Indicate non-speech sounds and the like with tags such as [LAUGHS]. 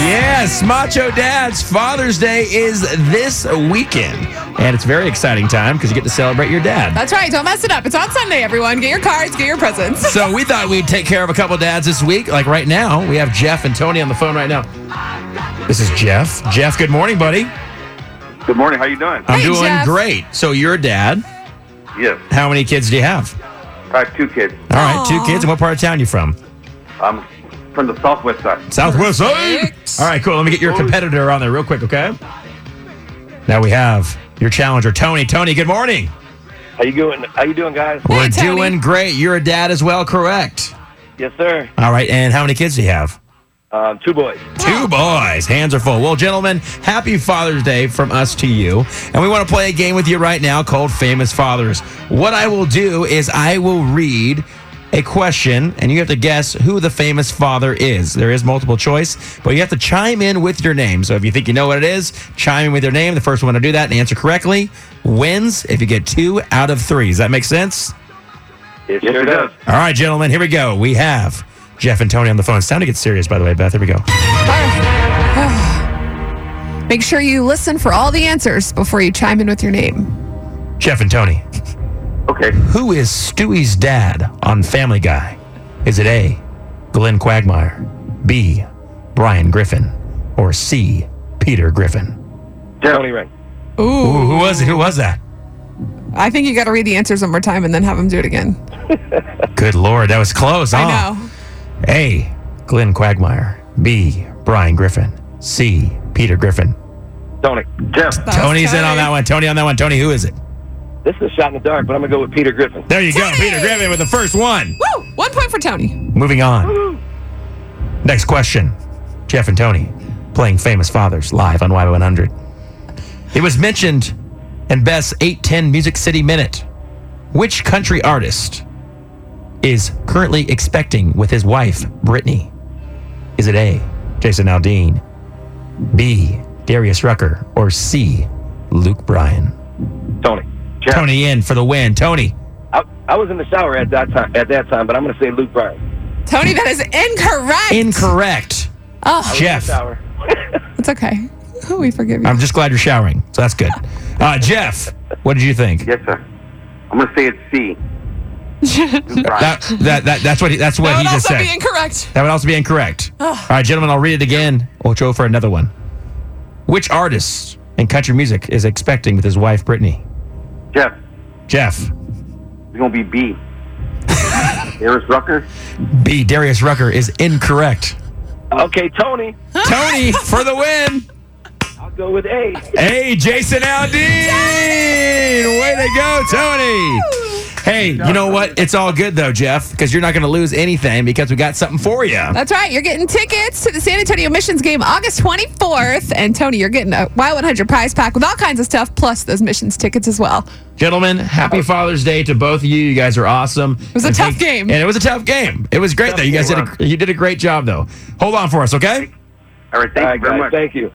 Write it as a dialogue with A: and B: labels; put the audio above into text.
A: Yes, Macho Dad's Father's Day is this weekend. And it's a very exciting time because you get to celebrate your dad.
B: That's right. Don't mess it up. It's on Sunday, everyone. Get your cards, get your presents.
A: So we thought we'd take care of a couple dads this week. Like right now, we have Jeff and Tony on the phone right now. This is Jeff. Jeff, good morning, buddy.
C: Good morning. How you doing?
A: I'm
B: Hey,
A: doing
B: Jeff.
A: great. So you're a dad.
C: Yes,
A: How many kids do you have?
C: I have two kids.
A: All right,
B: Aw.
A: two kids. And what part of town you from?
C: I'm from the southwest side.
A: Southwest side.
B: Perfect.
A: All right, cool. Let me get your competitor on there real quick, okay? Now we have your challenger, Tony. Tony, good morning.
D: How you doing? How you doing, guys?
A: We're
B: Tony.
A: doing great. You're a dad as well, correct?
D: Yes, sir.
A: All right, and how many kids do you have?
D: Um, two boys.
A: Two boys. Hands are full. Well, gentlemen, happy Father's Day from us to you. And we want to play a game with you right now called Famous Fathers. What I will do is I will read a question and you have to guess who the famous father is. There is multiple choice, but you have to chime in with your name. So if you think you know what it is, chime in with your name. The first one to do that and answer correctly wins if you get two out of three. Does that make sense?
D: It
C: Yes,
D: sure
C: it does.
D: does.
A: All right, gentlemen, here we go. We have Jeff and Tony on the phone. It's time to get serious, by the way, Beth. Here we go.
B: Make sure you listen for all the answers before you chime in with your name.
A: Jeff and Tony,
C: Okay,
A: Who is Stewie's dad on Family Guy? Is it A, Glenn Quagmire, B, Brian Griffin, or C, Peter Griffin?
C: Jeff.
D: Tony Ring.
B: Ooh.
A: Ooh, who was it? Who was that?
B: I think you got to read the answers one more time and then have them do it again.
A: Good lord, that was close.
B: I
A: huh?
B: know.
A: A, Glenn Quagmire, B, Brian Griffin, C, Peter Griffin.
D: Tony.
C: Jeff.
B: That was
A: Tony's in
B: Tony.
A: on that one. Tony on that one. Tony, who is it?
D: This is a shot in the dark, but I'm gonna go with Peter Griffin.
A: There you go.
B: Tony!
A: Peter Griffin with the first one.
B: Woo! One point for Tony.
A: Moving on. Next question. Jeff and Tony playing Famous Fathers live on Y100. It was mentioned in Beth's 810 Music City Minute. Which country artist is currently expecting with his wife, Brittany? Is it A, Jason Aldean, B, Darius Rucker, or C, Luke Bryan?
D: Tony.
C: Jeff.
A: Tony in for the win. Tony.
D: I, I was in the shower at that time. At that time, but I'm gonna say Luke Bryan.
B: Tony, that is incorrect.
A: Incorrect.
B: oh,
A: Jeff.
D: Shower.
B: it's okay. [LAUGHS] We forgive you.
A: I'm just glad you're showering, so that's good. Uh, Jeff, what did you think?
C: Yes, sir. I'm gonna say it's C.
A: That, that, that, that's what he, that's what
B: that
A: he
B: would
A: just
B: also
A: said.
B: be incorrect.
A: that would also be incorrect. All right, gentlemen, I'll read it again. We'll go for another one. Which artist in country music is expecting with his wife Brittany?
C: Jeff.
A: Jeff.
C: It's gonna be
D: [LAUGHS]
C: B. Harris Rucker.
A: B. Darius Rucker is
B: [LAUGHS]
A: incorrect.
D: Okay, Tony.
A: Tony for the win.
D: I'll go with A.
A: Hey, Jason Aldean! Way to go, Tony! Hey, you know what? It's all good though, Jeff, because you're not going to lose anything because we got something for you.
B: That's right. You're getting tickets to the San Antonio Missions game August 24th. And Tony, you're getting a Y100 prize pack with all kinds of stuff, plus those missions tickets as well.
A: Gentlemen, happy Father's Day to both of you. You guys are awesome. It
B: was a tough game.
A: And it was a tough game. It was great though. You guys did a, you did a great job though. Hold on for us, okay?
C: All right, thank you
D: All
C: very
D: right, guys.
C: much.
D: Thank you.